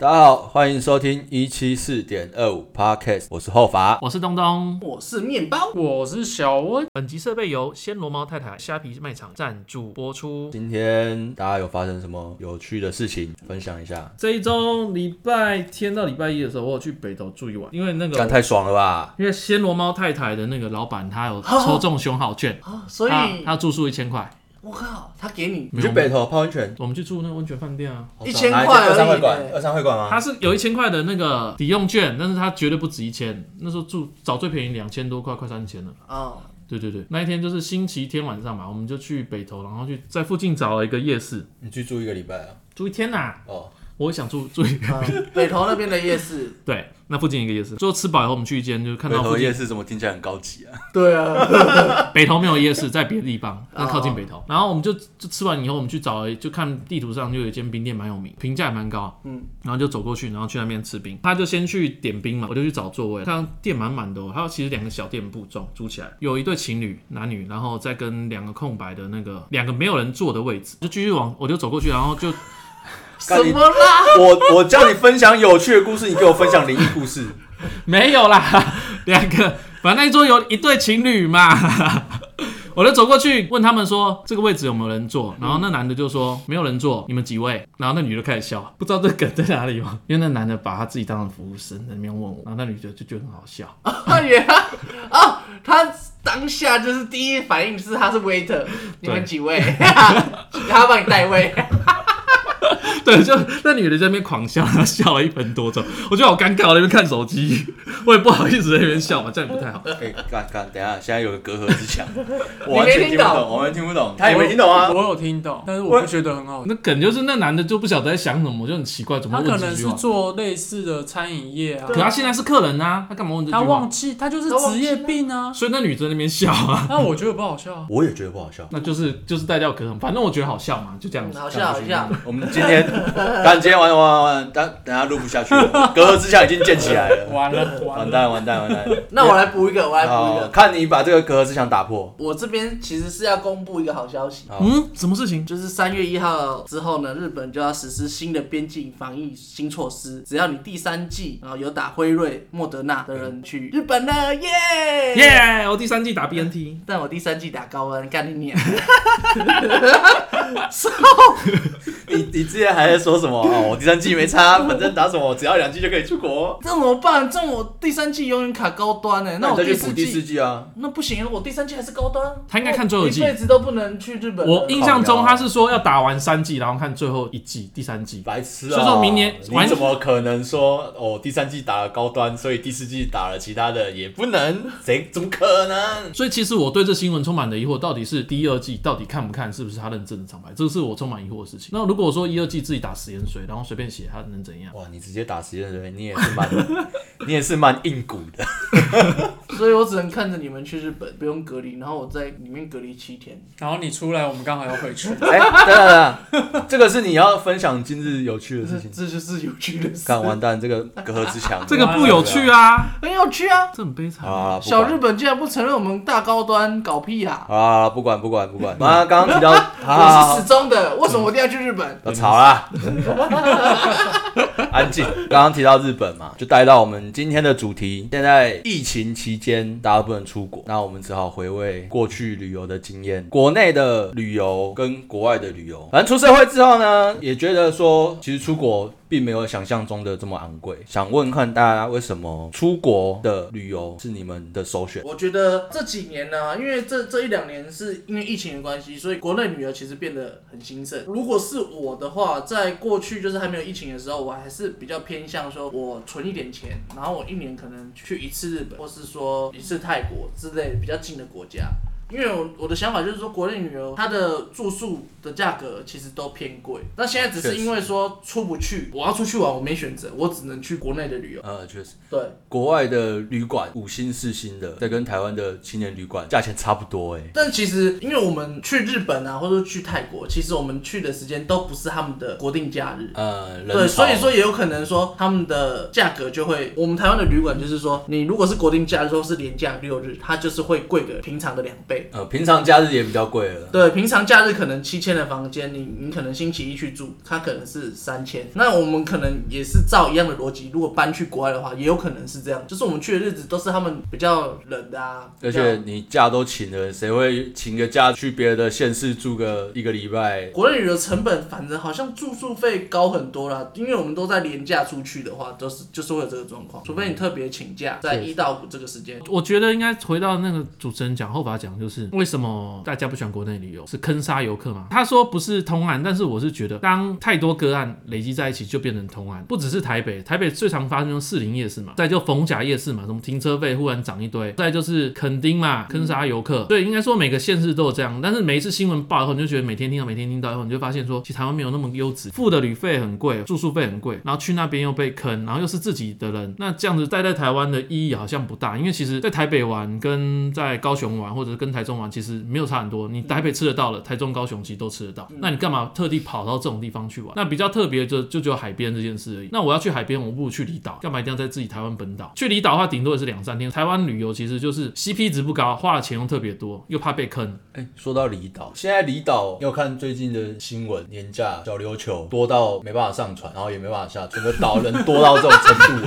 大家好，欢迎收听一七四点二五 Podcast，我是后法。我是东东，我是面包，我是小温。本集设备由暹罗猫太太虾皮卖场赞助播出。今天大家有发生什么有趣的事情分享一下？这一周礼拜天到礼拜一的时候，我有去北斗住一晚，因为那干个太爽了吧！因为暹罗猫太太的那个老板他有抽中熊 好券，啊，所以他他住宿一千块，我靠，他给你你没去有北头泡温泉，我们去住那个温泉饭店啊。好爽1000哪一间块而已二三会馆，耶二三会馆啊吗？他是有一千块的那个抵用券，但是他绝对不止一千。那时候住找最便宜两千多块，快三千了。啊，对对对，那一天就是星期天晚上嘛，我们就去北投，然后去在附近找了一个夜市你去住一个礼拜啊？住一天呐、哦，我想住住一天，啊北投那边的夜市， 对，那附近一个夜市，最后吃饱以后我们去一间，就看北到头附近 夜市怎么听起来很高级啊？对啊，北投没有夜市，在别的地 方，那靠近北哦投。然后我们就就吃完以后，我们去找了，就看地图上就有一间冰店蛮有名，评价也蛮高。嗯，然后就走过去，然后去那边吃冰。他就先去点冰嘛，我就去找座位，看到店满满的、哦。还有其实两个小店铺中租起来，有一对情侣男女，然后再跟两个空白的那个两个没有人坐的位置，就继续往我就走过去，然后就 什干你么啦？ 我我叫你分享有趣的故事，你给我分享灵异故 事。 没有啦，两个，反正那一桌有一对情侣嘛。 我就走过去问他们说这个位置有没有人嗯坐，然后那男的就说没有人坐，你们几位？然后那女的就开始笑，不知道这个梗在哪里吗？因为那男的把他自己当成服务生在那边问我，然后那女的就觉得很好笑， 他也啊，他当下就是第一反应是他是 waiter，你们几位？ 他帮你带位，对，就那女的在那边狂笑，然后笑了一分多钟，我觉得好尴尬，我在那边看手机， 我也不好意思在那边笑嘛，这样也不太好。哎，干干，等一下，现在有个隔阂之墙，我没完全听听不懂，懂我完全听不懂，哎他也没听懂啊。我有听懂，但是我不觉得很好。那梗就是那男的就不晓得在想什么，我就很奇怪，怎么他会可问能这句是话？做类似的餐饮业啊可，他现在是客人啊，他干嘛问这句他话忘？记，他就是职业病 啊。所以那女的在那边笑啊。 那我觉得不好笑啊。我也觉得不好笑。那就是就是大家有可能，反正我觉得好笑嘛，就这样子。嗯好笑好笑，我们今天，但今天玩玩玩，但等一下录不下去了，隔阂之墙已经建起来了。完了完，蛋完蛋完蛋！那我来补一个，我来补一好，个。看你把这个隔阂之墙打破。我这边其实是要公布一个好消息，嗯，什么事情？就是三月一号之后呢，日本就要实施新的边境防疫新措施。只要你第三季然后有打辉瑞、莫德纳的人去日本了，耶、耶、我第三季打 BNT，但我第三季打高温，干你娘！你你之前还在说什么？哦，我第三季没差，反正打什么，我只要两季就可以出国。这怎么办？这我第三季永远卡高端呢、那我你再去四补第四季季啊。那不行，我第三季还是高端。啊他应该看最后一季我辈子都不能去日本了。啊我印象中他是说要打完三季，然后看最后一季、第三季。白痴啊！所以说明年你怎么可能说哦？第三季打了高端，所以第四季打了其他的也不能？谁怎么可能？所以其实我对这新闻充满了疑惑，到底是第二季到底看不看，是不是他认真的厂牌，这个是我充满疑惑的事情。那如果说一二季自己打实验水，然后随便写，他能怎样？哇！你直接打实验人员，你也是蛮，你也是蛮硬骨的。所以我只能看着你们去日本，不用隔离，然后我在里面隔离七天。然后你出来，我们刚好要回去。哎、等等等等，这个是你要分享今日有趣的这事情。这就是有趣的事看，，完蛋，这个隔阂之墙，这个不有趣啊，很有趣啊！这很悲惨。啊！不管小日本竟然不承认我们大高端，搞屁啊！啊，不管不管不管，妈，刚刚提到， 我是啊，嗯始终的，为什么我一定要去日本？不吵啦，安静。刚刚提到日本嘛，就带到我们今天的主题。现在疫情期间，大家都不能出国，那我们只好回味过去旅游的经验，国内的旅游跟国外的旅游。反正出社会之后呢，也觉得说，其实出国。并没有想象中的这么昂贵。想问看大家，为什么出国的旅游是你们的首选？我觉得这几年呢、因为这这一两年是因为疫情的关系，所以国内旅游其实变得很兴盛。如果是我的话，在过去就是还没有疫情的时候，我还是比较偏向说我存一点钱，然后我一年可能去一次日本，或是说一次泰国之类比较近的国家。因为我我的想法就是说，国内旅游它的住宿的价格其实都偏贵。那现在只确是实因为说出不去，我要出去玩，我没选择，我只能去国内的旅游。呃，确实，对，国外的旅馆五星四星的，在跟台湾的青年旅馆价钱差不多哎、但其实，因为我们去日本啊，或者去泰国，其实我们去的时间都不是他们的国定假日。呃，人对，潮所以说也有可能说他们的价格就会，我们台湾的旅馆就是说，你如果是国定假日或是连假六日，它就是会贵个平常的两倍。倍。呃，平常假日也比较贵了。对，平常假日可能七千的房间，你你可能星期一去住，它可能是三千。那我们可能也是照一样的逻辑，如果搬去国外的话，也有可能是这样，就是我们去的日子都是他们比较冷的啊，而比较且你假都请了，谁会请个假去别的县市住个一个礼拜？国内旅游成本反正好像住宿费高很多啦，因为我们都在廉价出去的话，都是就是会有这个状况，除非你特别请假，在一到五这个时间。我觉得应该回到那个主持人讲后法讲，就是为什么大家不喜欢国内旅游，是坑杀游客嘛？他说不是通案，但是我是觉得，当太多个案累积在一起，就变成通案。不只是台北，台北最常发生就是士林夜市嘛，再就逢甲夜市嘛，什么停车费忽然涨一堆，再就是垦丁嘛，坑杀游客。对，应该说每个县市都有这样，但是每一次新闻报以后，你就觉得每天听到，每天听到以后，你就发现说，其实台湾没有那么优质，付的旅费很贵，住宿费很贵，然后去那边又被坑，然后又是自己的人，那这样子待在台湾的意义好像不大，因为其实在台北玩跟在高雄玩或者是跟台中玩其实没有差很多，你台北吃得到了，台中、高雄其实都吃得嗯到，那你干嘛特地跑到这种地方去玩？那比较特别就就只有海边这件事而已。那我要去海边，我不如去离岛，干嘛一定要在自己台湾本岛？去离岛的话，顶多也是两三天。台湾旅游其实就是 CP 值不高，花的钱又特别多，又怕被坑，哎、说到离岛，现在离岛要看最近的新闻，年假小琉球多到没办法上船，然后也没办法下，整个岛人多到这种程度、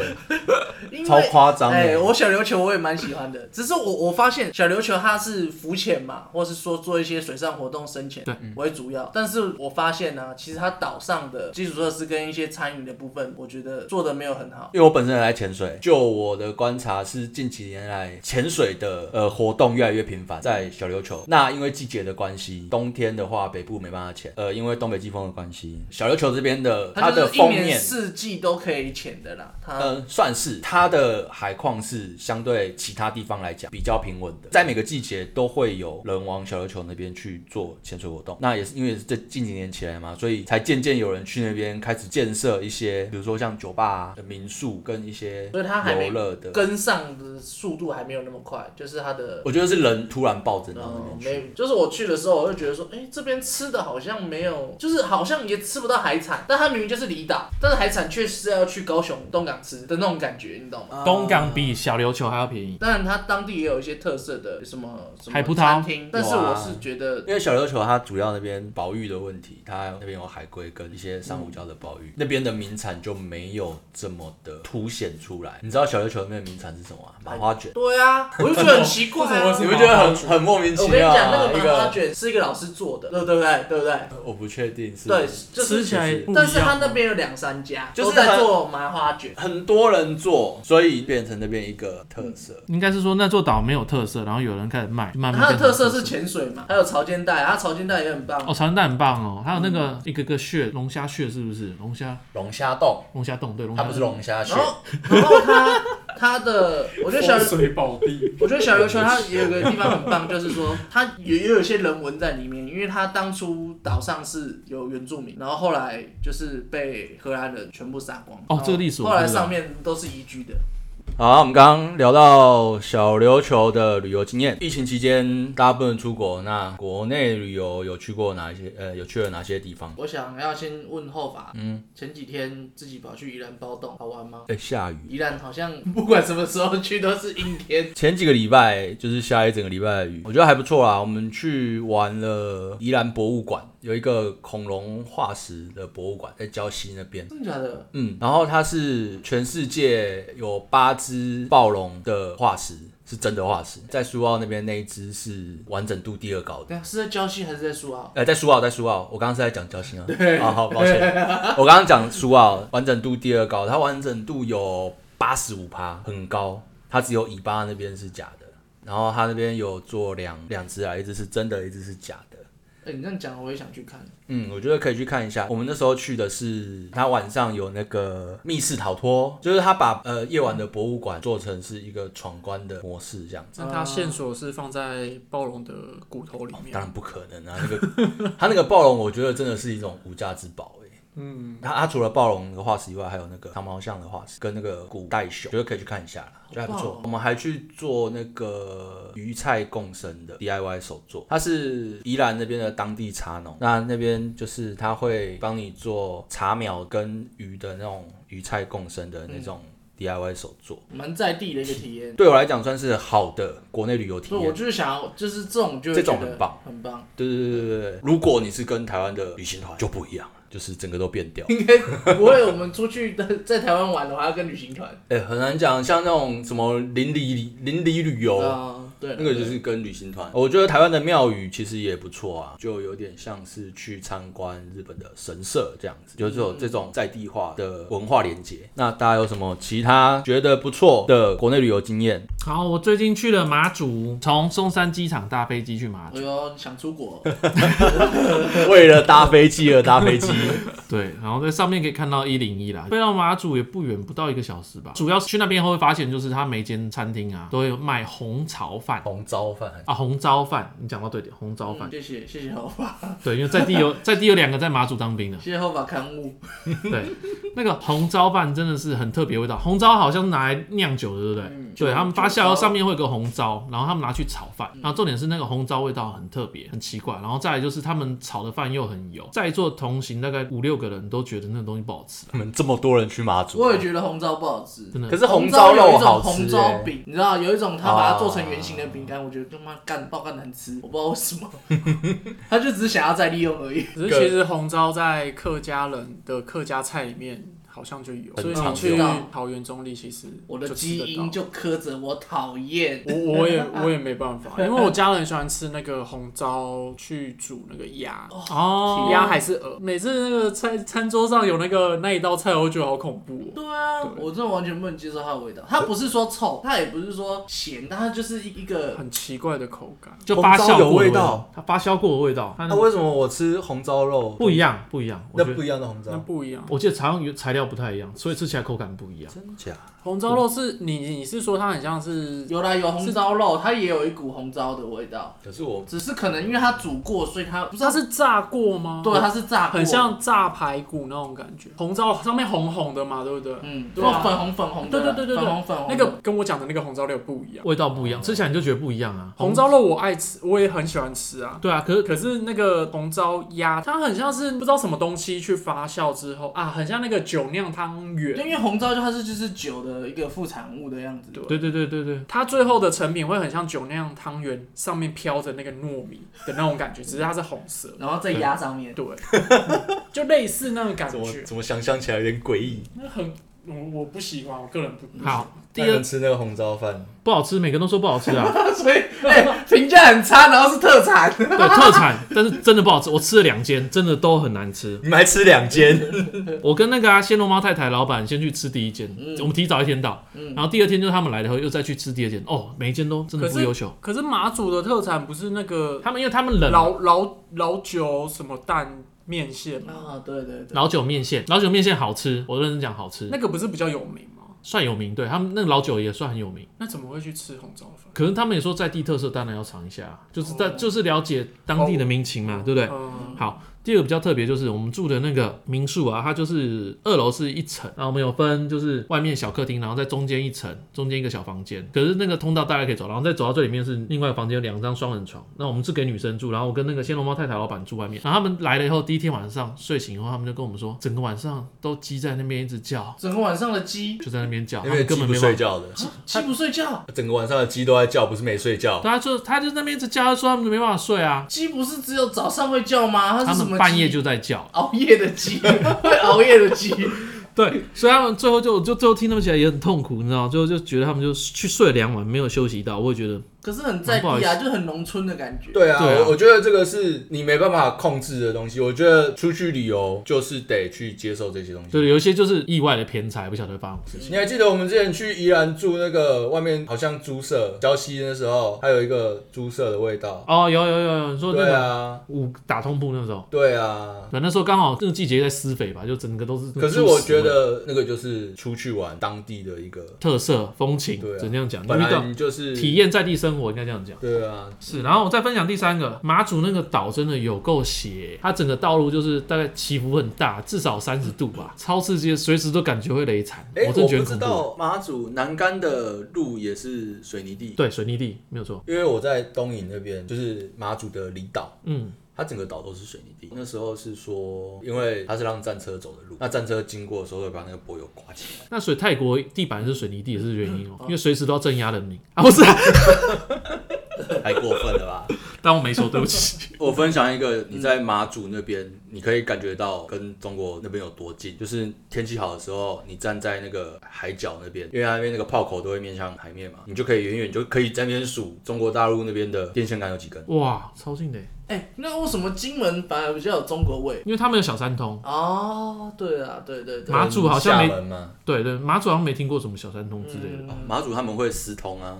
因哎，为超夸张哎、的。我小琉球我也蛮喜欢的， 只是我我发现小琉球它是浮潜嘛，或是说做一些水上活动深潜对嗯为主要，但是我发现呢、其实它岛上的基础设施跟一些餐饮的部分，我觉得做的没有很好。因为我本身也在潜水，就我的观察是，近几年来潜水的呃活动越来越频繁，在小琉球。那因为季节的关系，冬天的话北部没办法潜，呃，因为东北季风的关系，小琉球这边的它就的是一封年面四季都可以潜的啦，它、呃，算是它的海况是相对其他地方来讲比较平稳的，在每个季节都会有人往小琉球那边去做潜水活动。那也是因为这近几年起来嘛，所以才渐渐有人去那边开始建设一些，比如说像酒吧、啊、民宿跟一些所以它还没游乐的。跟上的速度还没有那么快，就是它的。我觉得是人突然暴增到那嗯哦边，去。没，就是我去的时候，我就觉得说，哎、这边吃的好像没有，就是好像也吃不到海产，但它明明就是离岛，但是海产却是要去高雄东港吃的那种感觉，你懂啊吗？东港比小琉球还要便宜。当然，它当地也有一些特色的什么什么海葡萄餐厅，但是有啊我是觉得因为小琉球它主要那边保育的问题，它那边有海龟跟一些珊瑚礁的保育，嗯那边的名产就没有这么的凸显出来。你知道小琉球那边的名产是什么吗？麻花卷。对啊，我就觉得很奇怪、 为什么啊为。什你么们觉得很很莫名我其跟你妙讲，那啊？个一麻花个卷是一个老师做的，对对不对？对不对？我不确定是对，就是嗯吃起来不一样啊哦但是他那边有两三家就是都在做麻花卷，很多人做，所以变成那边一个特色。应该是说那座岛没有特色，然后有人开始卖，慢慢它的变成特色是潜水嘛，还有潮间带，它潮间带也很棒。哦，潮间带很棒哦，还有那个一个个穴龙虾穴是不是？龙虾龙虾洞，龙虾洞对，龙虾它不是龙虾穴然，后，然后它它的，我觉得小风，水宝地，我觉得小琉球它也有个地方很棒，就是说它也也有一些人文在里面，因为它当初岛上是有原住民，然后后来就是被荷兰人全部杀光。哦这个历史我后来不知道上面都是移居的。好，啊我们刚刚聊到小琉球的旅游经验。疫情期间大家不能出国，那国内旅游有去过哪一些？呃，有去了哪些地方？我想要先问后法，嗯，前几天自己跑去宜兰包栋，好玩吗？哎、下雨。宜兰好像 不管什么时候去都是阴天。前几个礼拜就是下一整个礼拜的雨，我觉得还不错啦。我们去玩了宜兰博物馆，有一个恐龙化石的博物馆在礁溪那边。真的假的？嗯，然后它是全世界有八只暴龙的化石，是真的化石，在苏澳那边那一只是完整度第二高的。对啊，是在礁溪还是在苏澳？呃，在苏澳，在苏澳，我刚刚是在讲交心啊。啊，好，抱歉，我刚刚讲苏澳完整度第二高，它完整度有八十五趴，很高。它只有尾巴那边是假的，然后它那边有做两两只啊，一只是真的，一只是假的。哎、你这样讲我也想去看。嗯，我觉得可以去看一下。我们那时候去的是，它晚上有那个密室逃脱，就是它把呃夜晚的博物馆做成是一个闯关的模式这样。 那它线索是放在暴龙的骨头里面当。然不可能啊！那个 它那个暴龙，我觉得真的是一种无价之宝哎、嗯，它它除了暴龙的化石以外，还有那个长毛象的化石跟那个古代熊，觉得可以去看一下啦，觉得还不好错棒哦。我们还去做那个鱼菜共生的 DIY 手作，它是宜兰那边的当地茶农，那那边就是嗯他会帮你做茶苗跟鱼的那种鱼菜共生的那种 DIY 手作。蛮在地的一个体验。对我来讲算是好的国内旅游体所以我验。就是想要，就是这种就会这种觉得很棒，很棒。对对对对对，如果你是跟台湾的旅行团就不一样了，就是整个都变掉。应该不会，我们出去 在在台湾玩的话，要跟旅行团。 哎、很难讲，像那种什么邻里邻里旅游。啊，对，哦那个就是跟旅行团，我觉得台湾的庙宇其实也不错啊，就有点像是去参观日本的神社这样子，就是有这种在地化的文化连接。那大家有什么其他觉得不错的国内旅游经 验？好，我最近去了马祖，从松山机场搭飞机去马祖呃哎，呦，想出国， 为了搭飞机而搭飞 机，对，然后在上面可以看到一零一啦，飞到马祖也不远，不到一个小时吧。主要去那边后会发现，就是它每间餐厅啊都会有卖红炒饭红糟饭。啊，红糟饭，你讲到对点，红糟饭嗯，谢谢谢谢后爸，对，因为在地有在地有两个在马祖当兵的，谢谢后爸刊物，对，那个红糟饭真的是很特别味道，红糟好像是拿来酿酒的，对不对？嗯对酒他们发酒酵后糟上面会有个红糟，然后他们拿去炒饭，嗯然后重点是那个红糟味道很特别，很奇怪，然后再来就是他们炒的饭又很油，在座同行大概五六个人都觉得那个东西不好吃，你们这么多人去马祖，啊我也觉得红糟不好吃。真的可是红糟糟有肉一种好红吃、糟欸。啊饼，你知道有一种他把它做成圆形的饼干，我觉得他妈干爆干难吃，我不知道为什么， 他就只是想要再利用而已。只是其实红糟在客家人的客家菜里面好像就有，很所以常你去见桃园中立，其实我的就吃基得因到就刻着我讨厌，我我也我也没办法，因为我家人很喜欢吃那个红糟去煮那个鸭，哦，鸭还是鹅，每次那个餐餐桌上有那个那一道菜，我就觉得好恐怖、哦。对啊，对我真的完全不能接受它的味道。它不是说臭，它也不是说咸，但它就是一一个很奇怪的口感，就发红糟酵有过的味味道，它发酵过的味道，它那、那个为什么我吃红糟肉不一样，不一样，我那觉得不一样的红那糟？不一样。我记得采用原材料不太一样，所以吃起来口感不一样。真假？红糟肉是你你是说它很像是有啦有红糟肉，它也有一股红糟的味道，可是我只是可能因为它煮过，所以它不知道它是炸过吗？对，它是炸过，很像炸排骨那种感觉，红糟上面红红的嘛，对不对？嗯，对啊或粉红粉红的，对对对对对粉红粉红的那个跟我讲的那个红糟肉不一样。味道不一样，吃起来你就觉得不一样啊。红糟肉我爱吃，我也很喜欢吃啊。对啊，可是可是那个红糟鸭，它很像是不知道什么东西去发酵之后啊，很像那个酒酿汤圆。因为红糟就它是就是酒的一个副产物的样子，对对对对对对，它最后的成品会很像酒酿汤圆上面飘着那个糯米的那种感觉，只是它是红色，然后再压上面，对，嗯就类似那种感怎么觉。怎么想象起来有点诡异？那很，我我不喜欢，我个人不。嗯好，第那你二们吃那个红糟饭，不好吃，每个人都说不好吃啊。 所以哎评价很差，然后是特 产，对，特产，但是真的不好吃。我吃了两间，真的都很难 吃。你们还吃两间？我跟那个啊，暹罗猫太太老板先去吃第一间，嗯我们提早一天到，然后第二天就是他们来了以后又再去吃第二间。哦，每一间都真的可不是优秀。可是马祖的特产不是那个他们因为他们冷老啊老老酒什么蛋面线吗？啊对对对，老酒面线，老酒面线好吃，我认真讲好吃，那个不是比较有名吗？算有名。对他们那个老酒也算很有名，那怎么会去吃红糟饭？可能他们也说在地特色，当然要尝一下，啊就是哦在、就是了解当地的民情嘛，对不对？嗯，好，第二个比较特别就是我们住的那个民宿啊，它就是二楼是一层，然后我们有分就是外面小客厅，然后在中间一层，中间一个小房间。可是那个通道大家可以走，然后再走到最里面是另外一个房间，有两张双人床。那我们是给女生住，然后我跟那个仙龙猫太太老板住外面。然后他们来了以后，第一天晚上睡醒以后，他们就跟我们说，整个晚上都鸡在那边一直叫，整个晚上的鸡就在那边叫， 他因为们根鸡本不没办睡法。觉的，鸡不睡觉，整个晚上的鸡都在叫，不是没睡觉。对啊，就他就在那边一直叫，他说他们没办法睡啊，鸡不是只有早上会叫吗？它他是什们么鸡？半夜就在叫。熬夜的鸡，会熬夜的鸡，对，所以他们最后就就最后听他们起来也很痛苦，你知道吗，最后就觉得他们就去睡了两晚，没有休息到，我也觉得 可是很在蛮地不好啊，就很农村的感觉。对啊，对啊我我觉得这个是你没办法控制的东西。我觉得出去旅游就是得去接受这些东对，西。有一些就是意外的偏财，不晓得会发生什么事情。你还记得我们之前去宜兰住那个外面好像猪舍礁溪的时候，还有一个猪舍的味道。哦，有有有有，你说那对个啊，五打通铺那时候，对啊。对，那时候刚好这个季节在施肥吧，就整个都是。可是我觉得那个就是出去玩当地的一个，特色风情，对啊只能这样讲，本你遇来到你就是体。验在地生活，应该这样讲。对啊，是，然后我再分享第三个，马祖那个岛真的有够斜，它整个道路就是大概起伏很大，至少三十度吧，超刺激的，随时都感觉会雷惨。哎，我真的觉不得知很恐怖。道马祖南竿的路也是水泥地，对，水泥地没有错。因为我在东引那边，就是马祖的离岛。嗯，它整个岛都是水泥地。那时候是说，因为它是让战车走的路，那战车经过的时候会把那个柏油刮起来。那所以泰国地板是水泥地也是原因嗯哦，因为随时都要镇压人民啊，不是、 啊，太过分了吧？当我没说，对不起。 我分享一个，你在马祖那边，你可以感觉到跟中国那边有多近。就是天气好的时候，你站在那个海角那边，因为它那边那个炮口都会面向海面嘛，你就可以远远就可以在那边数中国大陆那边的电线杆有几根。哇，超近的耶，哎、那为什么金门反而比较有中国味？因为他们有小三通，哦，对啊，对对对，马祖好像没嗯厦门嘛，对对，马祖好像没听过什么小三通之嗯类的。哦马祖他们会私通 啊，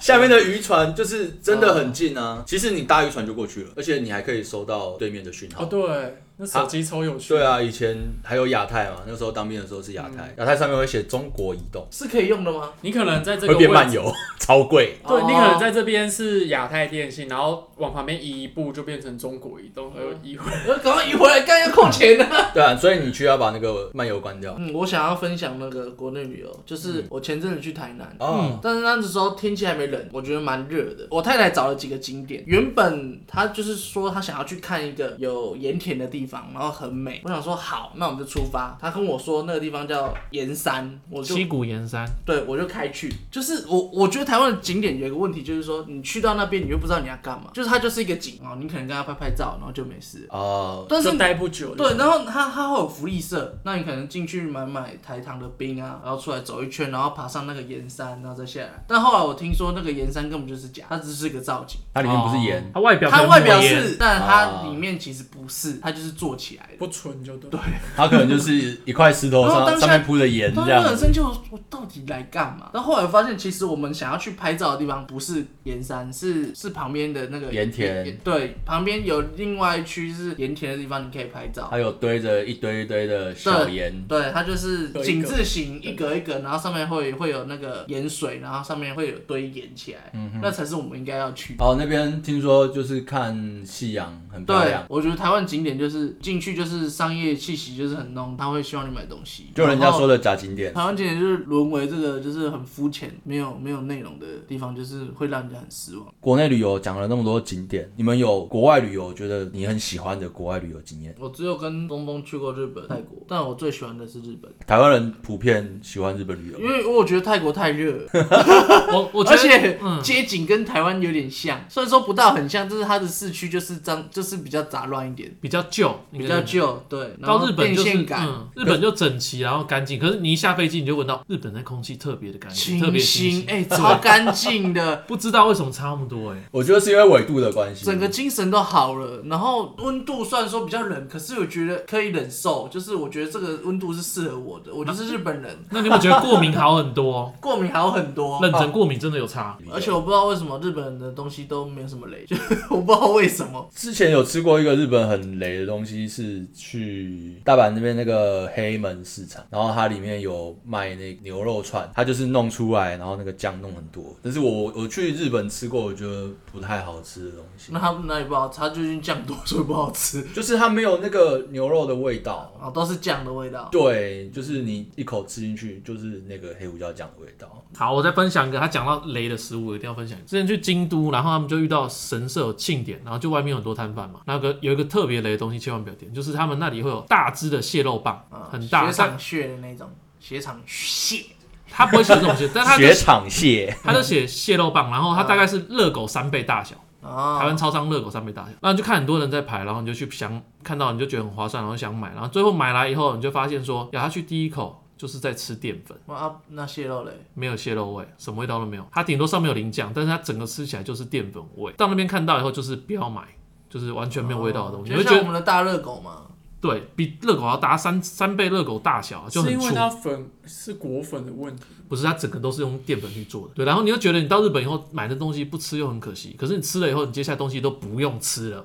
下面的渔船就是真的很近啊。哦其实你搭渔船就过去了，而且你还可以收到对面的讯哦，号。对，那手机超有趣。对，啊，以前还有亚太嘛，那时候当兵的时候是亚嗯太，亚太上面会写中国移动，是可以用的吗？你可能在这会个变位漫置，游， 超贵。对哦你可能在这边是亚太电信，然后往旁边移一步就变成中国移动，还有移回。我呃赶快移回来，干要扣钱呢、对啊，所以你需要把那个漫游关掉。 嗯，我想要分享那个国内旅游，就是我前阵子去台南。哦，但是那时候天气还没冷，我觉得蛮热的。我太太找了几个景点，原本她就是说她想要去看一个有盐田的地方，然后很美。我想说好，那我们就出发。她跟我说那个地方叫盐山，我就七股盐山，对我就开去。就是我我觉得台湾的景点有一个问题，就是说你去到那边你又不知道你要干嘛，就是它就是一个景哦，你可能跟他拍拍照，然后就没事。哦，但是就待不久。对，然后它它会有福利社，那你可能进去买买台糖的冰啊，然后出来走一圈，然后爬上那个岩山，然后再下来。但后来我听说那个岩山根本就是假，它只是个造景，它里面不是盐，哦它外表可它能外表抹盐是，但啊它里面其实不是，它就是做起来的。不纯就对。对，它可能就是一块石头然哦后当上下上面铺的盐当这时很样。啊生气，我我到底来干嘛？但后来我发现，其实我们想要去拍照的地方不是盐山，是是旁边的那个盐田盐对，旁边有另外一区是盐田的地方，你可以拍照。还有堆着一堆一堆的小盐，对，它就是格一格井字形，一格一格，然后上面会会有那个盐水，然后上面会有堆盐起来，嗯那才是我们应该要去。哦，那边听说就是看夕阳很漂对亮，，我觉得台湾景点就是进去就是商业气息就是很浓，他会希望你买东西。就人家然后说的假景点。台湾景点就是沦为这个就是很肤浅、没有没有内容的地方，就是会让人家很失望。国内旅游讲了那么多景点，你们有国外旅游觉得你很喜欢的国外旅游经验？我只有跟东东去过日本、泰国，但我最喜欢的是日本，台湾人普遍喜欢日本旅游因，为我觉得泰国太热 了。我我觉而得且嗯，街景跟台湾有点像，虽然说不到很像，但是它的市区就是脏，就是比较杂乱一点，比较旧，比较。旧。对，然到后日本电就是线杆、嗯，日本就整齐，然后干净。可是你一下飞机，你就闻到日本的空气特别的干净，特清别新新，，哎、超干净的，不知道为什么差那么多哎、我觉得是因为纬度的关系。整个精神都好了。然后温度虽然说比较冷，可是我觉得可以忍受，就是我觉得这个温度是适合我的，我就是日本人，那你有没有觉得过敏好很多？ 过敏好很多。认真过敏真的有差。而且我不知道为什么日本人的东西都没有什么 雷，就是我不知道为什么。之前有吃过一个日本很雷的东西，是去大阪那边那个黑门市场，然后它里面有卖那牛肉串，它就是弄出来，然后那个酱弄很多。但是我我去日本吃过，我觉得不太好吃的东西那，他们哪里不好吃？他究竟酱多所以不好吃 就是它没有那个牛肉的味道。啊、都是酱的味道。对，就是你一口吃进去，就是那个黑胡椒酱的味道。好，我再分享一个，他讲到雷的食物，我一定要分享一个。之前去京都，然后他们就遇到神社有庆典，然后就外面有很多摊贩嘛，那个有一个特别雷的东西，千万不要点，就是他们那里会有大只的蟹肉棒，很大，啊血但场血的那种，血场蟹，他不会写这种蟹，但他就雪场蟹，他就写蟹肉棒，然后它大概是热狗三倍大小，啊，台湾超商热狗三倍大小，然后就看很多人在排，然后你就去想看到你就觉得很划算，然后想买，然后最后买来以后你就发现说咬下去第一口就是在吃淀粉。哇啊，那蟹肉嘞，没有蟹肉味，什么味道都没有。它顶多上面有淋酱，但是它整个吃起来就是淀粉味。到那边看到以后，就是不要买，就是完全没有味道的东西。哦就你会像觉我得们的大热狗嘛，对比热狗要达三三倍热狗大小，就是很因为粗。它粉是果粉的问题。不是它整个都是用淀粉去做的。对，然后你又觉得你到日本以后买的东西不吃又很可惜，可是你吃了以后，你接下来东西都不用吃了，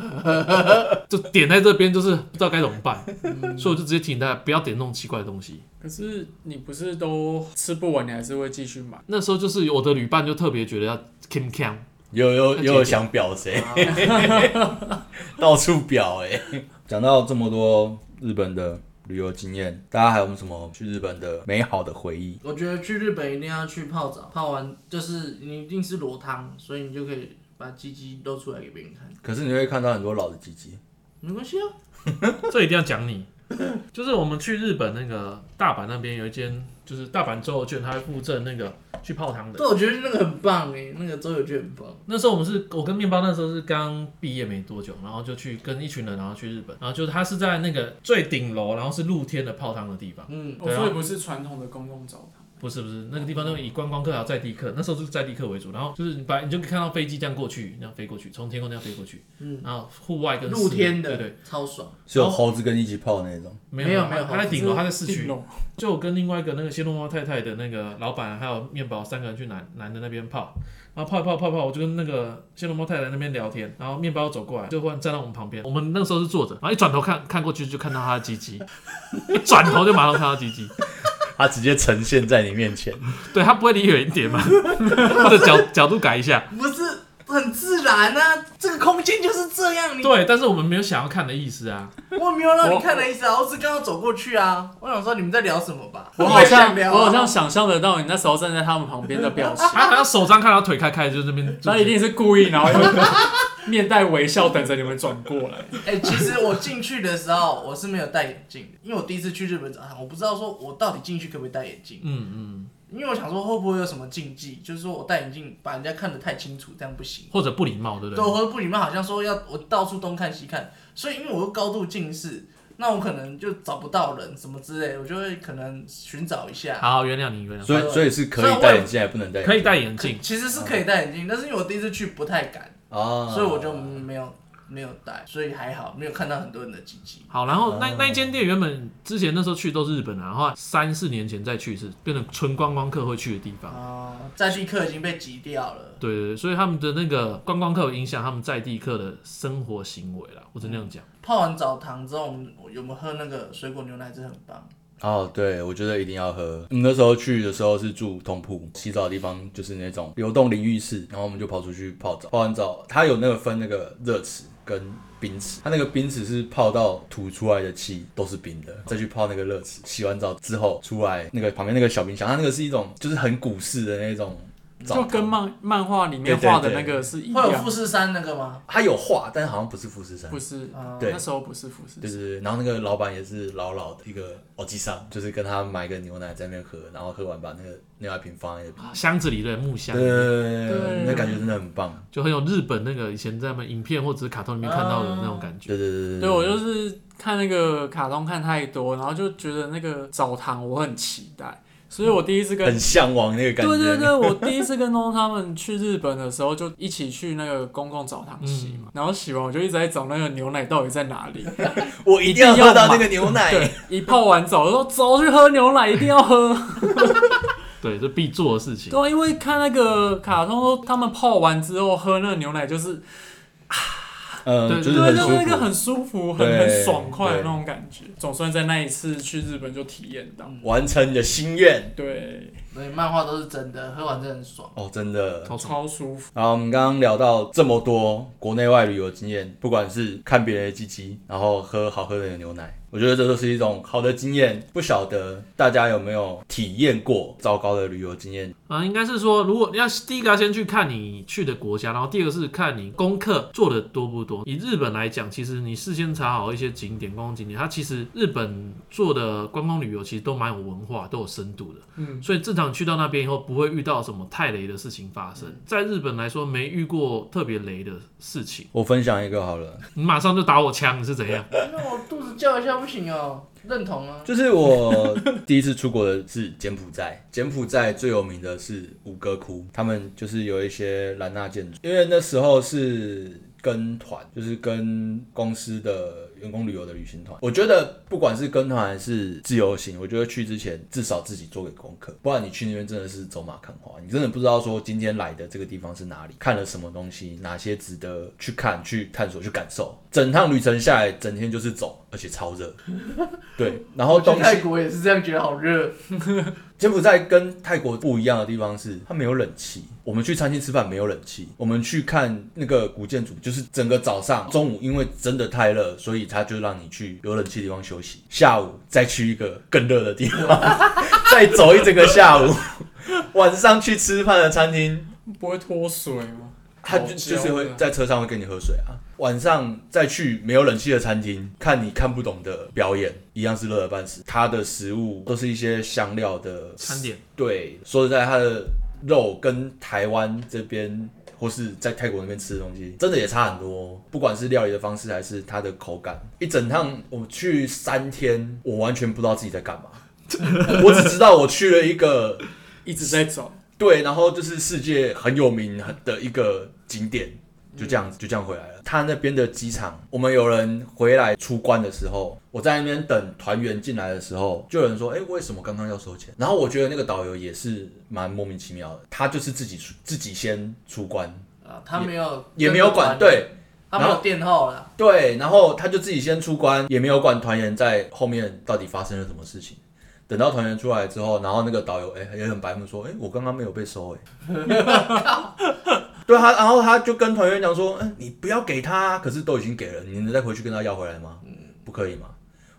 就点在这边就是不知道该怎么办，所以我就直接提醒大家不要点那种奇怪的东西。可是你不是都吃不完，你还是会继续买。那时候就是我的旅伴就特别觉得要 Kim Kang。有有有想表谁？ 到处表哎、讲到这么多日本的旅游经验，大家还有没有什么去日本的美好的回忆？我觉得去日本一定要去泡澡，泡完就是你一定是裸汤，所以你就可以把鸡鸡露出来给别人看，可是你会看到很多老的鸡鸡，没关系啊。这一定要讲你。就是我们去日本那个大阪那边有一间，就是大阪周游券，它会附赠那个去泡汤的对，。我觉得那个很棒哎，那个周游券很棒。那时候我们是我跟面包那时候是刚毕业没多久，然后就去跟一群人，然后去日本，然后就是它是在那个最顶楼，然后是露天的泡汤的地方。嗯，我说也不是传统的公共澡堂，不是不是，那个地方都以观光客还有在地客，那时候就是在地客为主，然后就是你把你就可以看到飞机这样过去，这样飞过去，从天空这样飞过去，嗯，然后户外跟室内露天的，对对，超爽。是有猴子跟你一起泡的那种。没没有有没有它在顶楼，它在市只是区顶，楼就我跟另外一个那个仙龙猫太太的那个老板还有面包三个人去南南的那边泡，然后泡一泡泡一泡，我就跟那个仙龙猫太太那边聊天，然后面包走过来就忽然站到我们旁边，我们那时候是坐着，然后一转头看看过去就看到他的鸡 鸡，一转头就马上看到鸡鸡，它直接呈现在你面前，对他不会离远一点嘛，或者角角度改一下，不是很自然啊，这个空间就是这样。你对，但是我们没有想要看的意思啊，我没有让你看的意思啊，我是刚刚走过去啊。我想说你们在聊什么吧？我好像没有想聊啊我好像想象得到你那时候站在他们旁边的表情，他好像手张开，然后腿开开，就那边就他一定是故意，然后又面带微笑等着你们转过来。哎、其实我进去的时候我是没有戴眼镜的，因为我第一次去日本澡堂，我不知道说我到底进去可不可以戴眼镜，嗯嗯，因为我想说会不会有什么禁忌，就是说我戴眼镜把人家看得太清楚，这样不行。或者不礼貌，对不对，或者不礼貌，好像说要我到处东看西看，所以因为我又高度近视，那我可能就找不到人什么之类，我就会可能寻找一下。好，原谅你，原谅所以所以是可以戴眼镜，还不能戴眼你，可镜以戴眼镜。其实是可以戴眼镜，但是因为我第一次去不太敢，嗯啊所以我就没有没有戴，所以还好没有看到很多人的鸡鸡。好，然后那哦那一间店原本之前那时候去都是日本啊，然后三四年前再去一次，变成纯观光客会去的地方。哦、再去课已经被挤掉了。对对对，所以他们的那个观光客有影响他们在地客的生活行为啦，我只能这样讲。泡完澡堂之后，我们有没有喝那个水果牛奶？真的很棒。哦，对，我觉得一定要喝。我们那时候去的时候是住通铺，洗澡的地方就是那种流动淋浴室，然后我们就跑出去泡澡。泡完澡，它有那个分那个热池跟冰池，它那个冰池是泡到吐出来的气都是冰的，再去泡那个热池。洗完澡之后出来，那个旁边那个小冰箱，它那个是一种就是很古式的那种澡就堂，跟漫漫画里面画的那个是一会有样富，士山那个吗？它有画，但是好像不是富士山不。是？啊、对那时候不是富士对山，对对，然后那个老板也是老老的一个欧吉桑，就是跟他买个牛奶在那边喝，然后喝完把那个牛奶瓶放在那边。箱子里的木箱对，对，那感觉真的很棒。就很有日本那个以前在他们影片或者是卡通里面看到的那种感觉。对对对对我就是看那个卡通看太多，然后就觉得那个澡堂我很期待，所以我第一次跟很向往那个感觉。对对对，我第一次跟东他们去日本的时候，就一起去那个公共澡堂洗嗯嘛，然后洗完我就一直在找那个牛奶到底在哪 里。我一定要喝到那个牛奶。对， 一泡完澡我说走去喝牛奶，一定 要喝。对，这必做的事情。对啊，因为看那个卡通说他们泡完之后喝那个牛奶，就是嗯，对就是对，啊很就舒是那个服。很舒服、很对很爽快的对那种感觉。总算在那一次去日本就体验到。完成你的心愿对，对，漫画都是真的，喝完真的很爽。哦，真的。超爽超舒服。好，我们刚刚聊到这么多国内外旅游经验，不管是看别人的鸡鸡，然后喝好喝的牛奶，我觉得这都是一种好的经验。不晓得大家有没有体验过糟糕的旅游经验？啊、应该是说，如果你要第一个要先去看你去的国家，然后第二个是看你功课做的多不多。以日本来讲，其实你事先查好一些景点、观光景点，它其实日本做的观光旅游其实都蛮有文化、都有深度的。嗯，所以正常去到那边以后，不会遇到什么太雷的事情发嗯生。在日本来说，没遇过特别雷的事情。我分享一个好了，你马上就打我枪是怎样？那我肚子叫一下不行哦，认同啊。就是我第一次出国的是柬埔寨，柬埔寨最有名的是吴哥窟，他们就是有一些兰纳建筑，因为那时候是。跟团就是跟公司的员工旅游的旅行团，我觉得不管是跟团还是自由行，我觉得去之前至少自己做个功课，不然你去那边真的是走马看花，你真的不知道说今天来的这个地方是哪里，看了什么东西，哪些值得去看、去探索、去感受。整趟旅程下来，整天就是走，而且超热。对，然后我去东西泰国也是这样，觉得好热。柬埔寨跟泰国不一样的地方是，它没有冷气。我们去餐厅吃饭没有冷气，我们去看那个古建筑，就是整个早上、中午，因为真的太热，所以它就让你去有冷气的地方休息。下午再去一个更热的地方，再走一整个下午。晚上去吃饭的餐厅不会脱水吗？他好就就焦是会的在车上会跟你喝水啊。晚上再去没有冷气的餐厅看你看不懂的表演，一样是热的半死。他的食物都是一些香料的餐点，对，说实在，他的肉跟台湾这边或是在泰国那边吃的东西，真的也差很多。不管是料理的方式，还是它的口感，一整趟我去三天，我完全不知道自己在干嘛。我只知道我去了一个一直在走，对，然后就是世界很有名的一个景点，就这样子，就这样回来了。他那边的机场，我们有人回来出关的时候，我在那边等团员进来的时候，就有人说：“哎、为什么刚刚要收钱？”然后我觉得那个导游也是蛮莫名其妙的，他就是自己出自己先出关，啊，他没有也没有管，对他没有然后电号啦。对，然后他就自己先出关，也没有管团员在后面到底发生了什么事情。等到团员出来之后，然后那个导游哎、也很白目说，哎、我刚刚没有被收哎、对他，然后他就跟团员讲说，嗯、你不要给他啊，可是都已经给了，你能再回去跟他要回来吗？嗯不可以吗？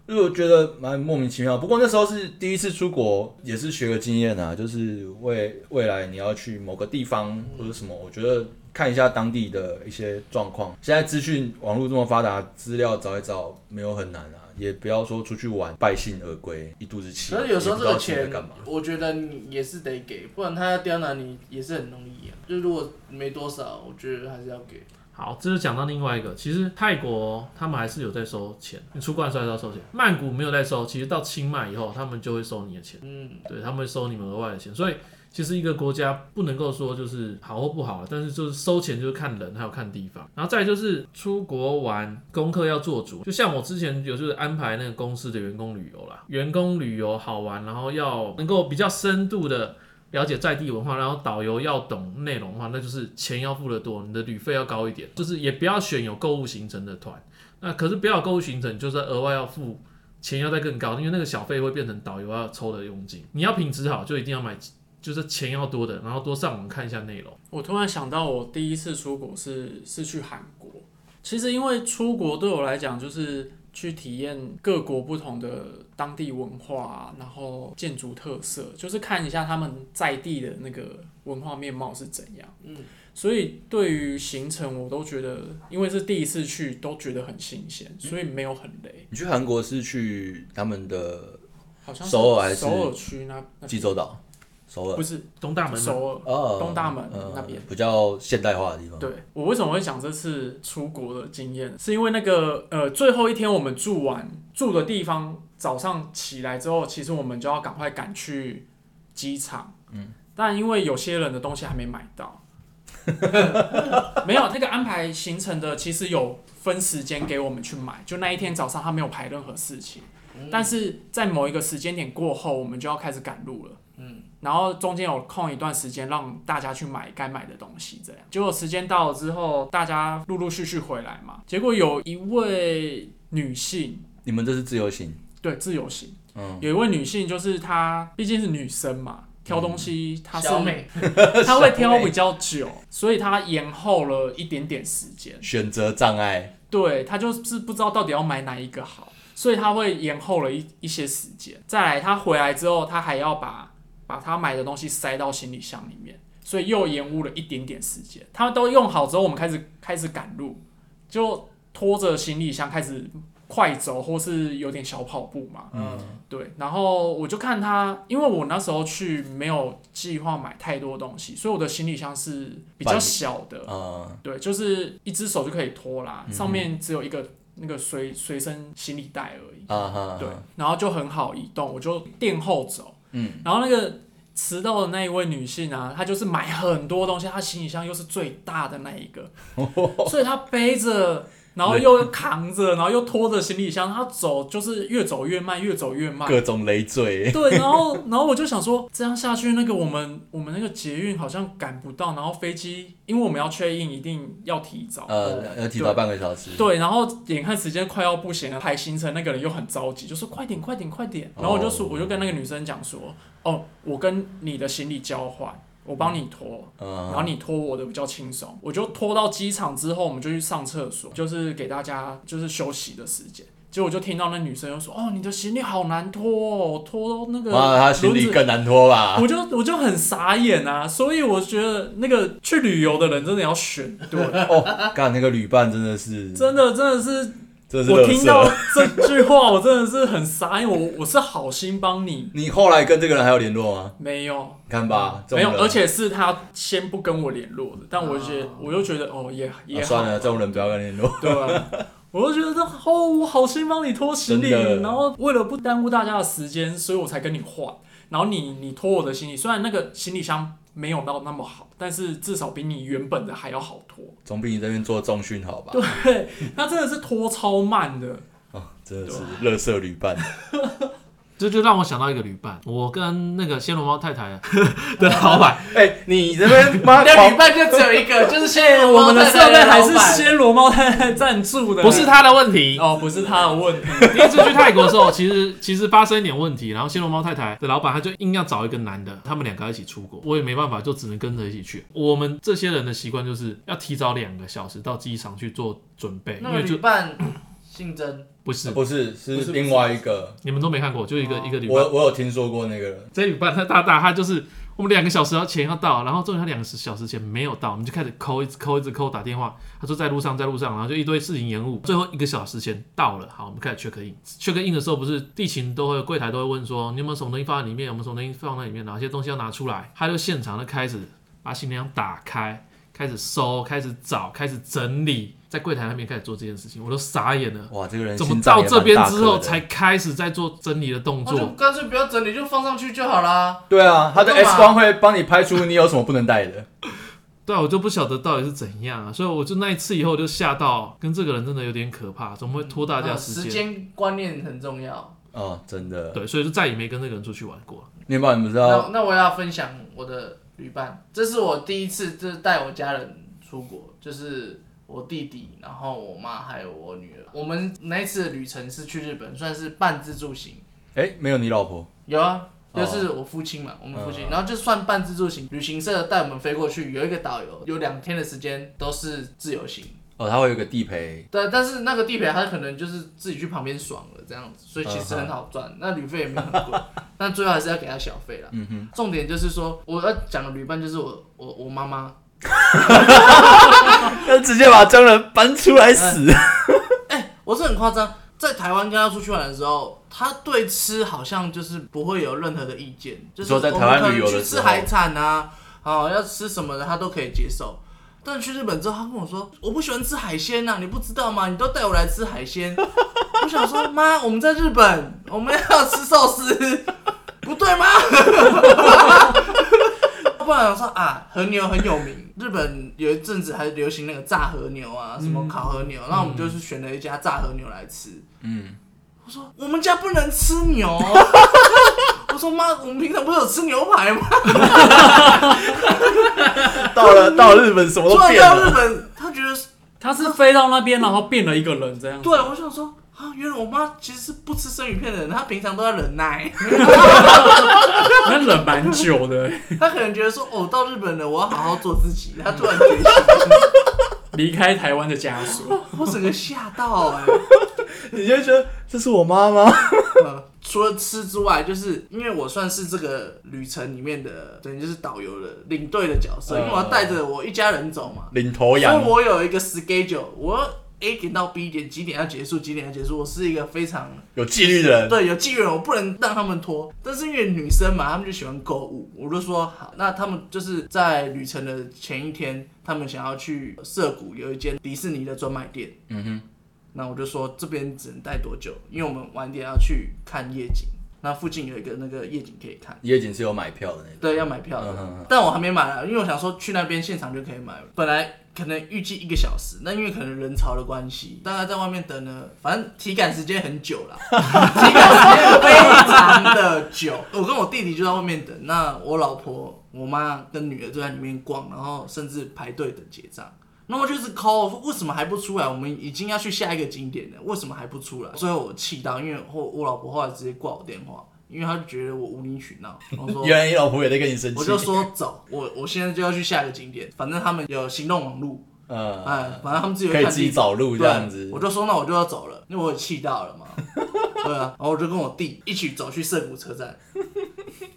所以我觉得蛮莫名其妙。不过那时候是第一次出国，也是学个经验啊，就是未未来你要去某个地方或者什么，我觉得看一下当地的一些状况。现在资讯网络这么发达，资料找一找没有很难啊，也不要说出去玩败兴而归，一肚子气。可是有时候这个也钱不知道自己在干嘛？，我觉得你也是得给，不然他要刁难你也是很容易啊。就如果没多少，我觉得还是要给。好，这就讲到另外一个，其实泰国哦他们还是有在收钱，你出关的时候还是要收钱。曼谷没有在收，其实到清迈以后，他们就会收你的钱，嗯，对他们会收你们额外的钱，所以。其实一个国家不能够说就是好或不好，啊但是就是收钱就是看人还有看地方，然后再来就是出国玩功课要做足，就像我之前有就是安排那个公司的员工旅游啦，员工旅游好玩，然后要能够比较深度的了解在地文化，然后导游要懂内容的话，那就是钱要付得多，你的旅费要高一点，就是也不要选有购物行程的团。那可是不要有购物行程，你就是额外要付钱要再更高，因为那个小费会变成导游要抽的佣金。你要品质好，就一定要买，就是钱要多的，然后多上网看一下内容。我突然想到，我第一次出国是是去韩国。其实因为出国对我来讲，就是去体验各国不同的当地文化啊，然后建筑特色，就是看一下他们在地的那个文化面貌是怎样。嗯，所以对于行程，我都觉得，因为是第一次去，都觉得很新鲜，所以没有很累。你去韩国是去他们 的好像是首尔还是首尔区那那济州岛、首尔不是东大门嘛首尔，哦东大门呃那边比较现代化的地方。对我为什么会讲这次出国的经验，是因为那个呃最后一天我们住完住的地方，早上起来之后，其实我们就要赶快赶去机场。嗯，但因为有些人的东西还没买到， 没有那个安排行程的，其实有分时间给我们去买，就那一天早上他没有排任何事情，但是在某一个时间点过后，我们就要开始赶路了。然后中间有空一段时间让大家去买该买的东西，这样。结果时间到了之后，大家陆陆续续回来嘛。结果有一位女性，你们这是自由行，对自由行，嗯，有一位女性就是她毕竟是女生嘛，挑东西她嗯 是小美，她会挑比较久，所以她延后了一点点时间。选择障碍，对他就是不知道到底要买哪一个好，所以他会延后了一一些时间。再来，他回来之后，他还要把把他买的东西塞到行李箱里面，所以又延误了一点点时间。他们都用好之后，我们开始开始赶路，就拖着行李箱开始快走，或是有点小跑步嘛。嗯，对，然后我就看他，因为我那时候去没有计划买太多东西，所以我的行李箱是比半较米小的。嗯，对，就是一只手就可以拖啦，上面只有一个那个随随身行李袋而已。啊哈，对，然后就很好移动，我就垫后走。嗯，然后那个迟到的那一位女性啊，她就是买很多东西，她行李箱又是最大的那一个，所以她背着。然后又扛着，然后又拖着行李箱，她走就是越走越慢，越走越慢。各种累赘，对，然后然后我就想说，这样下去，那个我们我们那个捷运好像赶不到，然后飞机，因为我们要确认，一定要提早。呃，要提早半个小时，对，然后眼看时间快要不行了，排行程那个人又很着急，就说快点快点快点。然后我就说，哦我就跟那个女生讲说，哦，我跟你的行李交换，我帮你拖。然后嗯，你拖我的比较轻松，我就拖到机场之后，我们就去上厕所，就是给大家就是休息的时间。结果就听到那女生又说：“哦，你的行李好难拖哦，拖那个妈的，他行轮李子更难拖吧？我就我就很傻眼啊，所以我觉得那个去旅游的人真的要选 对，哦，干那个旅伴真的是，真的真的是真的是我垃圾听到这句话，我真的是很傻眼，我我是好心帮你，你后来跟这个人还有联络吗？没有你看吧，这嗯没种有，人而且是他先不跟我联络的，但我就觉得、我又觉得哦也也啊好、算了，这种人不要跟联络。 对啊、我就觉得哦，我好心帮你拖行李真的，然后为了不耽误大家的时间，所以我才跟你换。然后你你拖我的行李，虽然那个行李箱没有到那么好，但是至少比你原本的还要好拖。总比你这边做重训好吧？对，那真的是拖超慢的。哦，真的是啊乐色旅 伴，这就让我想到一个旅伴，我跟那个仙龙猫太 太的老板，哎，你这边 妈那狂旅伴就只有一个，就是现 在我们的设备还是先暹罗猫太太赞助的，不是他的问题。哦，不是他的问题。 第一次去泰国的时候，其实其实发生一点问题，然后仙龙猫太太的老板他就硬要找一个男的，他们两个要一起出国，我也没办法，就只能跟着一起去。我们这些人的习惯就是要提早两个小时到机场去做准备，因那个为旅就嗯伴姓曾，不是不是不是是另外一个，你们都没看过，就一个、哦一个旅伴，我我有听说过那个人，这旅伴他大大他就是。我们两个小时前要到，然后重点他两个小时前没有到，我们就开始抠，一直抠，一直抠，打电话。他说在路上，在路上，然后就一堆事情延误。最后一个小时前到了，好，我们开始 check in。check in 的时候，不是地勤都会柜台都会问说，你有没有什么东西放在里面？有没有什么东西放在里面？哪些东西要拿出来？他就现场就开始把行李箱打开，开始收，开始找，开始整理，在柜台那边开始做这件事情，我都傻眼了。哇，这个人怎么心脏到也这边蛮大之后颗的才开始在做整理的动我就作？干脆不要整理，就放上去就好啦。对啊，他的干嘛 X 光会帮你拍出你有什么不能带的。对啊，我就不晓得到底是怎样啊，所以我就那一次以后就吓到，跟这个人真的有点可怕，怎么会拖大家嗯啊时时间？间观念很重要。 哦，真的，对，所以就再也没跟那个人出去玩过了。面包你不知道那那我要分享我的旅伴，这是我第一次就是带我家人出国，就是我弟弟，然后我妈还有我女儿。我们那一次的旅程是去日本，算是半自助行。哎、没有你老婆，有啊，哦就是我父亲嘛，我们父亲，嗯然后就算半自助行，旅行社带我们飞过去，有一个导游，有两天的时间都是自由行。哦，他会有个地陪，但但是那个地陪他可能就是自己去旁边爽了这样子，所以其实很好赚，那旅费也没有很贵，但最后还是要给他小费啦。重点就是说，我要讲的旅伴就是我我我妈妈，要直接把真人搬出来死。我是很夸张，在台湾跟他出去玩的时候，他对吃好像就是不会有任何的意见，就是说在台湾旅游我的们可能时去吃候海产啊，哦要吃什么的他都可以接受。但去日本之后，他跟我说：“我不喜欢吃海鲜啊呐、你不知道吗？你都带我来吃海 鲜。”我想说：“妈，我们在日本，我们要吃寿司， 不对吗？”不然我说啊，和牛很有名，日本有一阵子还流行那个炸和牛啊，什么烤和牛，那我们就是选了一家炸和牛来吃。嗯，我说我们家不能吃 牛。我说妈，我们平常不是有吃牛排吗？哎到 了到了日本什么突都然变啊到日了，本，他觉得是他是飞到那边，然后变了一个人这样子。对，我想说啊，原来我妈其实是不吃生鱼片的人，她平常都在忍 耐，那忍蛮久的，她可能觉得说哦，到日本了，我要好好做自己。她突然觉醒，离开台湾的枷锁。我整个吓到哎、你就觉得这是我妈吗？呃除了吃之外，就是因为我算是这个旅程里面的，等于就是导游的领队的角色，嗯因为我要带着我一家人走嘛，领头所羊以，我有一个 schedule，我要 A 点到 B 点，几点要结束，几点要结束，我是一个非常有纪律的人。对有纪律的人，我不能让他们拖。但是因为女生嘛，她们就喜欢购物，我就说好，那他们就是在旅程的前一天，他们想要去涩谷有一间迪士尼的专卖店，嗯哼，那我就说这边只能待多久，因为我们晚点要去看夜景，那附近有一个那个夜景可以看。夜景是有买票的那种。对，要买票的，嗯嗯嗯但我还没买啊，因为我想说去那边现场就可以买了。本来可能预计一个小时，那因为可能人潮的关系，大概在外面等了，反正体感时间很久 了，体感时间非常的久。我跟我弟弟就在外面等，那我老婆、我妈跟女儿就在里面逛，然后甚至排队等结账。那我就一直 call，我说为什么还不出来？我们已经要去下一个景点了，为什么还不出来？最后我气到，因为后我老婆后来直接挂我电话，因为她觉得我无理取闹。我说 原来你老婆也在跟你生气。我就说走，我我现在就要去下一个景点，反正他们有行动网路，嗯，哎，反正他们自己可会以看自己地找路图这样子啊对我。就说那我就要走了，因为我气到 了嘛。对啊，然后我就跟我弟一起走去涩谷车站，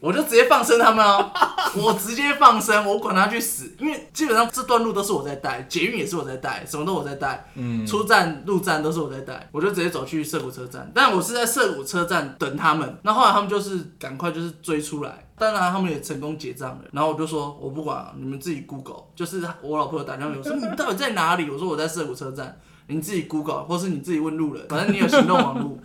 我就直接放生他们啊！我直接放生，我管他去死，因为基本上这段路都是我在带，捷运也是我在带，什么都我在带，嗯，出站入站都是我在带，我就直接走去涩谷车站。但我是在涩谷车站等他们，那后来他们就是赶快就是追出来，当然他们也成功结账了。然后我就说我不管啊，你们自己 Google。就是我老婆有打电话给我说你到底在哪里？我说我在涩谷车站，你自己 Google，或是你自己问路人，反正你有行动 网路。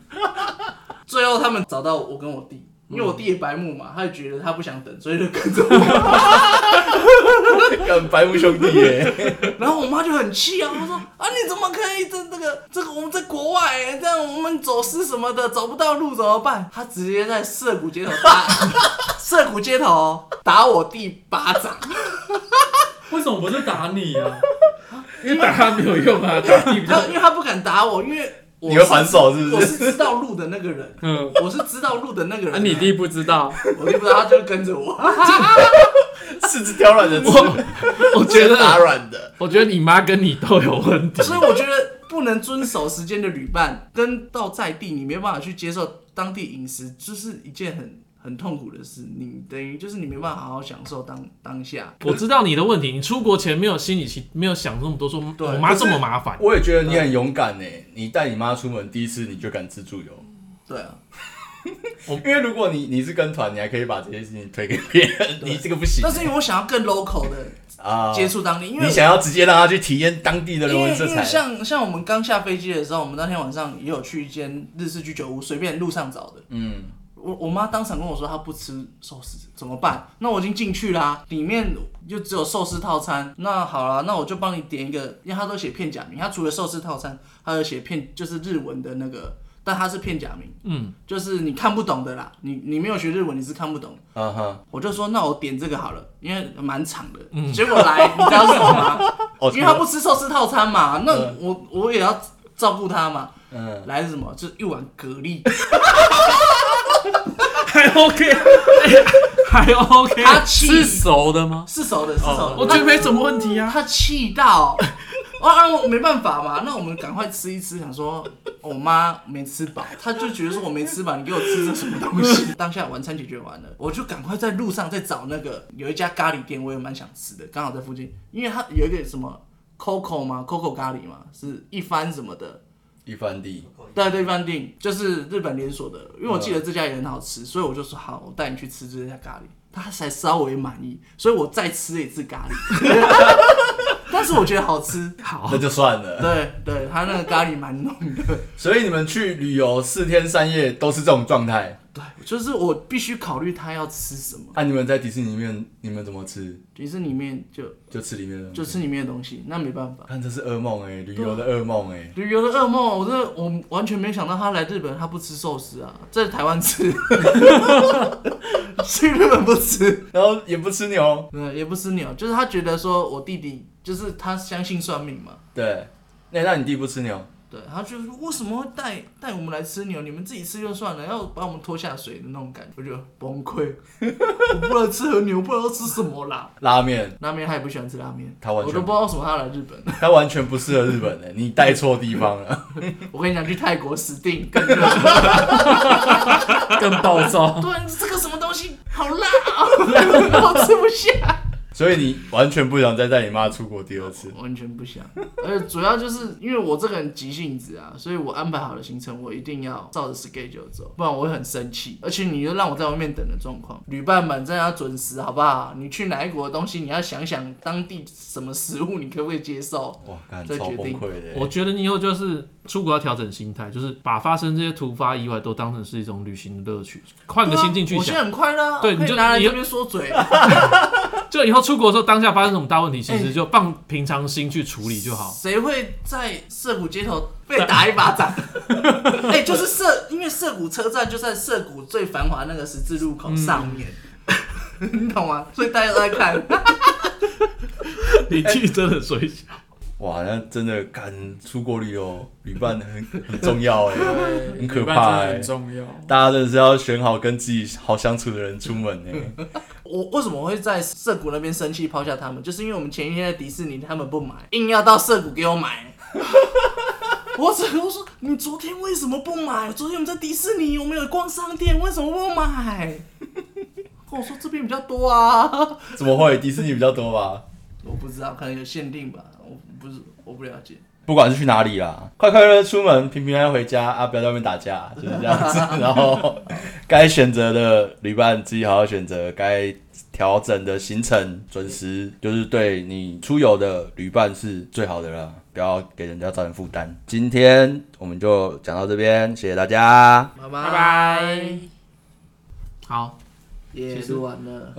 最后他们找到我跟我弟。嗯因为我弟也白目嘛，他就觉得他不想等，所以就跟着 我。 干白目兄弟耶，然后我妈就很气啊，她说：“啊，你怎么可以这这个这个我们在国外欸，这样我们走失什么的找不到路怎么办？”她直接在涩谷街头 打涩谷街头打我弟巴掌， 为什么不是打你 啊？因为打他没有用啊，打地比较她因为她不敢打我，因为我你会还手是我不是是？知道路的那个人，嗯，我是知道路的那个人、啊，你弟不知道，我弟不知道，他就跟着我。四肢挑软的吃， 我觉打得，软的。我觉得你妈跟你都有问题。 所以我觉得不能遵守时间的旅伴，跟到在地你没办法去接受当地饮食，就是一件很很痛苦的事。你等于就是你没办法好好享受当当下。 我知道你的问题，你出国前没有心理期，没有想那么多，说对我妈这么麻烦。我也觉得你很勇敢呢、欸你带你妈出门第一次你就敢吃猪油，对啊，因为如果你你是跟团，你还可以把这些事情推给别人，你这个不行欸但是因为我想要更 local 的啊。接触当地，因为你想要直接让他去体验当地的人因为文色因为彩，像像我们刚下飞机的时候，我们那天晚上也有去一间日式居酒屋，随便路上找的。嗯，我我妈当场跟我说她不吃寿司，怎么办？那我已经进去啦、里面就只有寿司套餐。那好啦，那我就帮你点一个，因为它都写片假名，它除了寿司套餐，还有写片就是日文的那个，但它是片假名，嗯，就是你看不懂的啦，你你没有学日文你是看不懂的。啊哈，我就说那我点这个好了，因为蛮长的。结果来，你知道是什么吗？哦因为他不吃寿司套餐嘛，那我我也要照顾他嘛。嗯，来是什么？就是一碗蛤蜊，还 OK，还 OK， 他气 是熟的吗？是熟的，是熟哦我的。觉得没什么问题他啊。他气到， 我啊我没办法嘛，那我们赶快吃一吃，想说哦我妈没吃饱，她就觉得说我没吃饱，你给我吃这什么 东西？当下晚餐解决完了，我就赶快在路上再找那个有一家咖喱店，我也蛮想吃的，刚好在附近，因为它有一个什么 Coco 嘛，Coco 咖喱嘛，是一番什么的。一番地，对对饭店就是日本连锁的，因为我记得这家也很好吃，所以我就说好，我带你去吃这家咖喱，他才稍微满意，所以我再吃了一次咖喱，但是我觉得好吃，那就算了。对对，他那个咖喱蛮浓的，所以你们去旅游四天三夜都是这种状态，对，就是我必须考虑他要吃什么，那、你们在迪士尼里面你们怎么吃？迪士尼里面就就吃里面的东西，就啊吃里面的东西，那没办法。看这是噩梦哎、旅游的噩梦哎、旅游的噩梦，我真的我完全没想到他来日本，他不吃寿司啊，在台湾吃，去日本不吃。然后也不吃牛，嗯，也不是鸟，就是他觉得说我弟弟就是他相信算命嘛，对，那那你弟不吃牛，对，他就是为什么会带带我们来吃牛？你们自己吃就算了，要把我们拖下水的那种感觉，我就崩溃。 我不知道吃和牛，不知道吃什么啦。拉面，拉面他也不喜欢吃拉面，他我完都全不知道为什么他要来日本。 他完全不适合日本的、你带错地方了。我跟你讲，去泰国死 定。更更暴躁。对，这个什么东西好辣、啊， 我吃不下。所以你完全不想再带你妈出国第二次。完全不想， 而且主要就是因为我这个人急性子啊，所以我安排好的行程我一定要照着 schedule 走，不然我会很生气。而且你又让我在外面等的状况，旅伴们真的要准时，好不好？你去哪一国的东西，你要想想当地什么食物，你可不可以接受？哇，干这超决崩定溃的、欸我觉得你以后就是出国要调整心态，就是把发生这些突发意外都当成是一种旅行的乐趣，换个心境去我现想。在很快乐、啊，对我可你以就拿来你这边说嘴。就以后出国的时候，当下发生什么大问题，其实就放平常心去处理就 好。谁会在涩谷街头被打一巴掌？哎、就是涩，因为涩谷车站就在涩谷最繁华那个十字路口上面，你懂吗？所以大家都在看。 你去真的水小，哇，那真的干出国旅游，旅伴很很重要哎、很可旅伴怕真哎、的很欸重要。大家真的是要选好跟自己好相处的人出门哎、我为什么会在涩谷那边生气抛下他们？就是因为我们前一天在迪士尼，他们不买，硬要到涩谷给我买。我只能说，你昨天为什么不买？昨天我们在迪士尼，我们有逛商店，为什么不买？跟我说这边比较多啊，怎么会？迪士尼比较多吧？我不知道，可能有限定吧，我不是我不了解。不管是去哪里啦，快快乐乐出门，平平安安回家啊！不要在外面打架，就是这样子。然后该选择的旅伴自己好好选择，该调整的行程准时，就是对你出游的旅伴是最好的了，不要给人家造成负担。今天我们就讲到这边，谢谢大家。拜拜拜。好。耶，录完了。